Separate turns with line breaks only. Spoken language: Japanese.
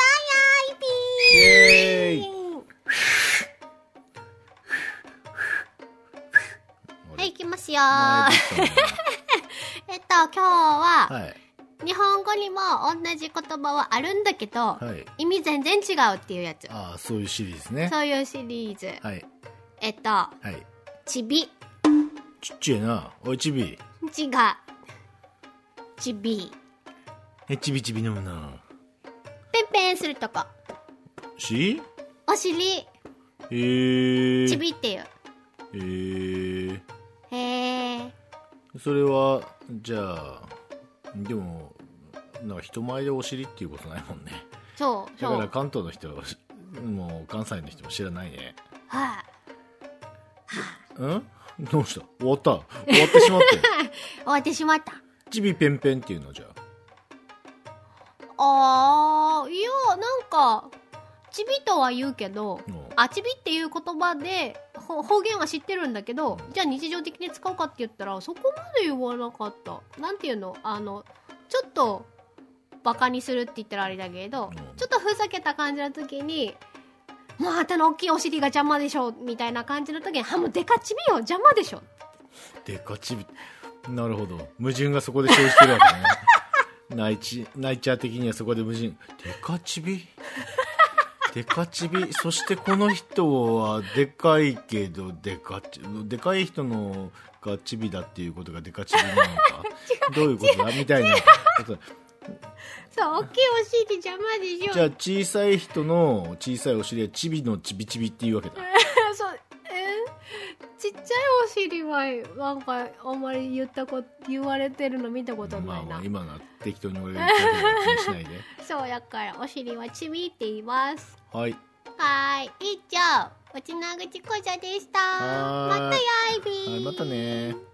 さんやいぴーはい、行きますよ
前
ー。
出てたね
えっと、今日は、
はい。
日本語にも同じ言葉はあるんだけど、
はい。
意味全然違うっていうやつ。
ああ、そういうシリーズね。
そういうシリーズ。
はい。
えっと、
はい。
ちび、
ちっちゃいな。おい、ちび。
ちが、ちび、
え、ちびちび飲むな。
ぺんぺんするとこ、
し
お尻、
えー。
ち。びっていう。
えー。
へえ。
それは、じゃあ、でも、なんか人前でお尻っていうことないもんね。
そう、
だ
そう。
から
はい、
関東の人は、もう関西の人も知らないね。んどうした終わった終わってしまったよ。
終わってしまった。
ちびぺんぺんっていうのじゃ
あ
あ。
ー、いや、なんか、ちびとは言うけど、
もう
あちびっていう言葉でほ方言は知ってるんだけどじゃあ日常的に使うかって言ったらそこまで言わなかったなんていうのあのちょっとバカにするって言ったらあれだけど、
うん
ちょっとふざけた感じの時に「もうあたの大きいお尻が邪魔でしょ」みたいな感じの時に「あもうデカちびよ邪魔でしょ
デカチビなるほど矛盾がそこで生じてるわけね ナイチナイチャー的にはそこで矛盾デカチビデカチビそしてこの人はでかいけどデカチでかい人のがチビだっていうことがデカチビなの かどういうことだみたいなこと
そう大きいお尻邪魔でしょ」
じゃあ小さい人の小さいお尻はチビのチビチビっていうわけだ
そうえーちっちゃいお尻はなんかあんまり言ったこ言われてるの見たこと
ま
な
あ
いな
まあ、今のは適当に俺が言ったことは気にしないで
そうやからお尻はちびって言います
はい
はーい以上うちなぐちこじゃでした
はーい
またやいびー
はいまたね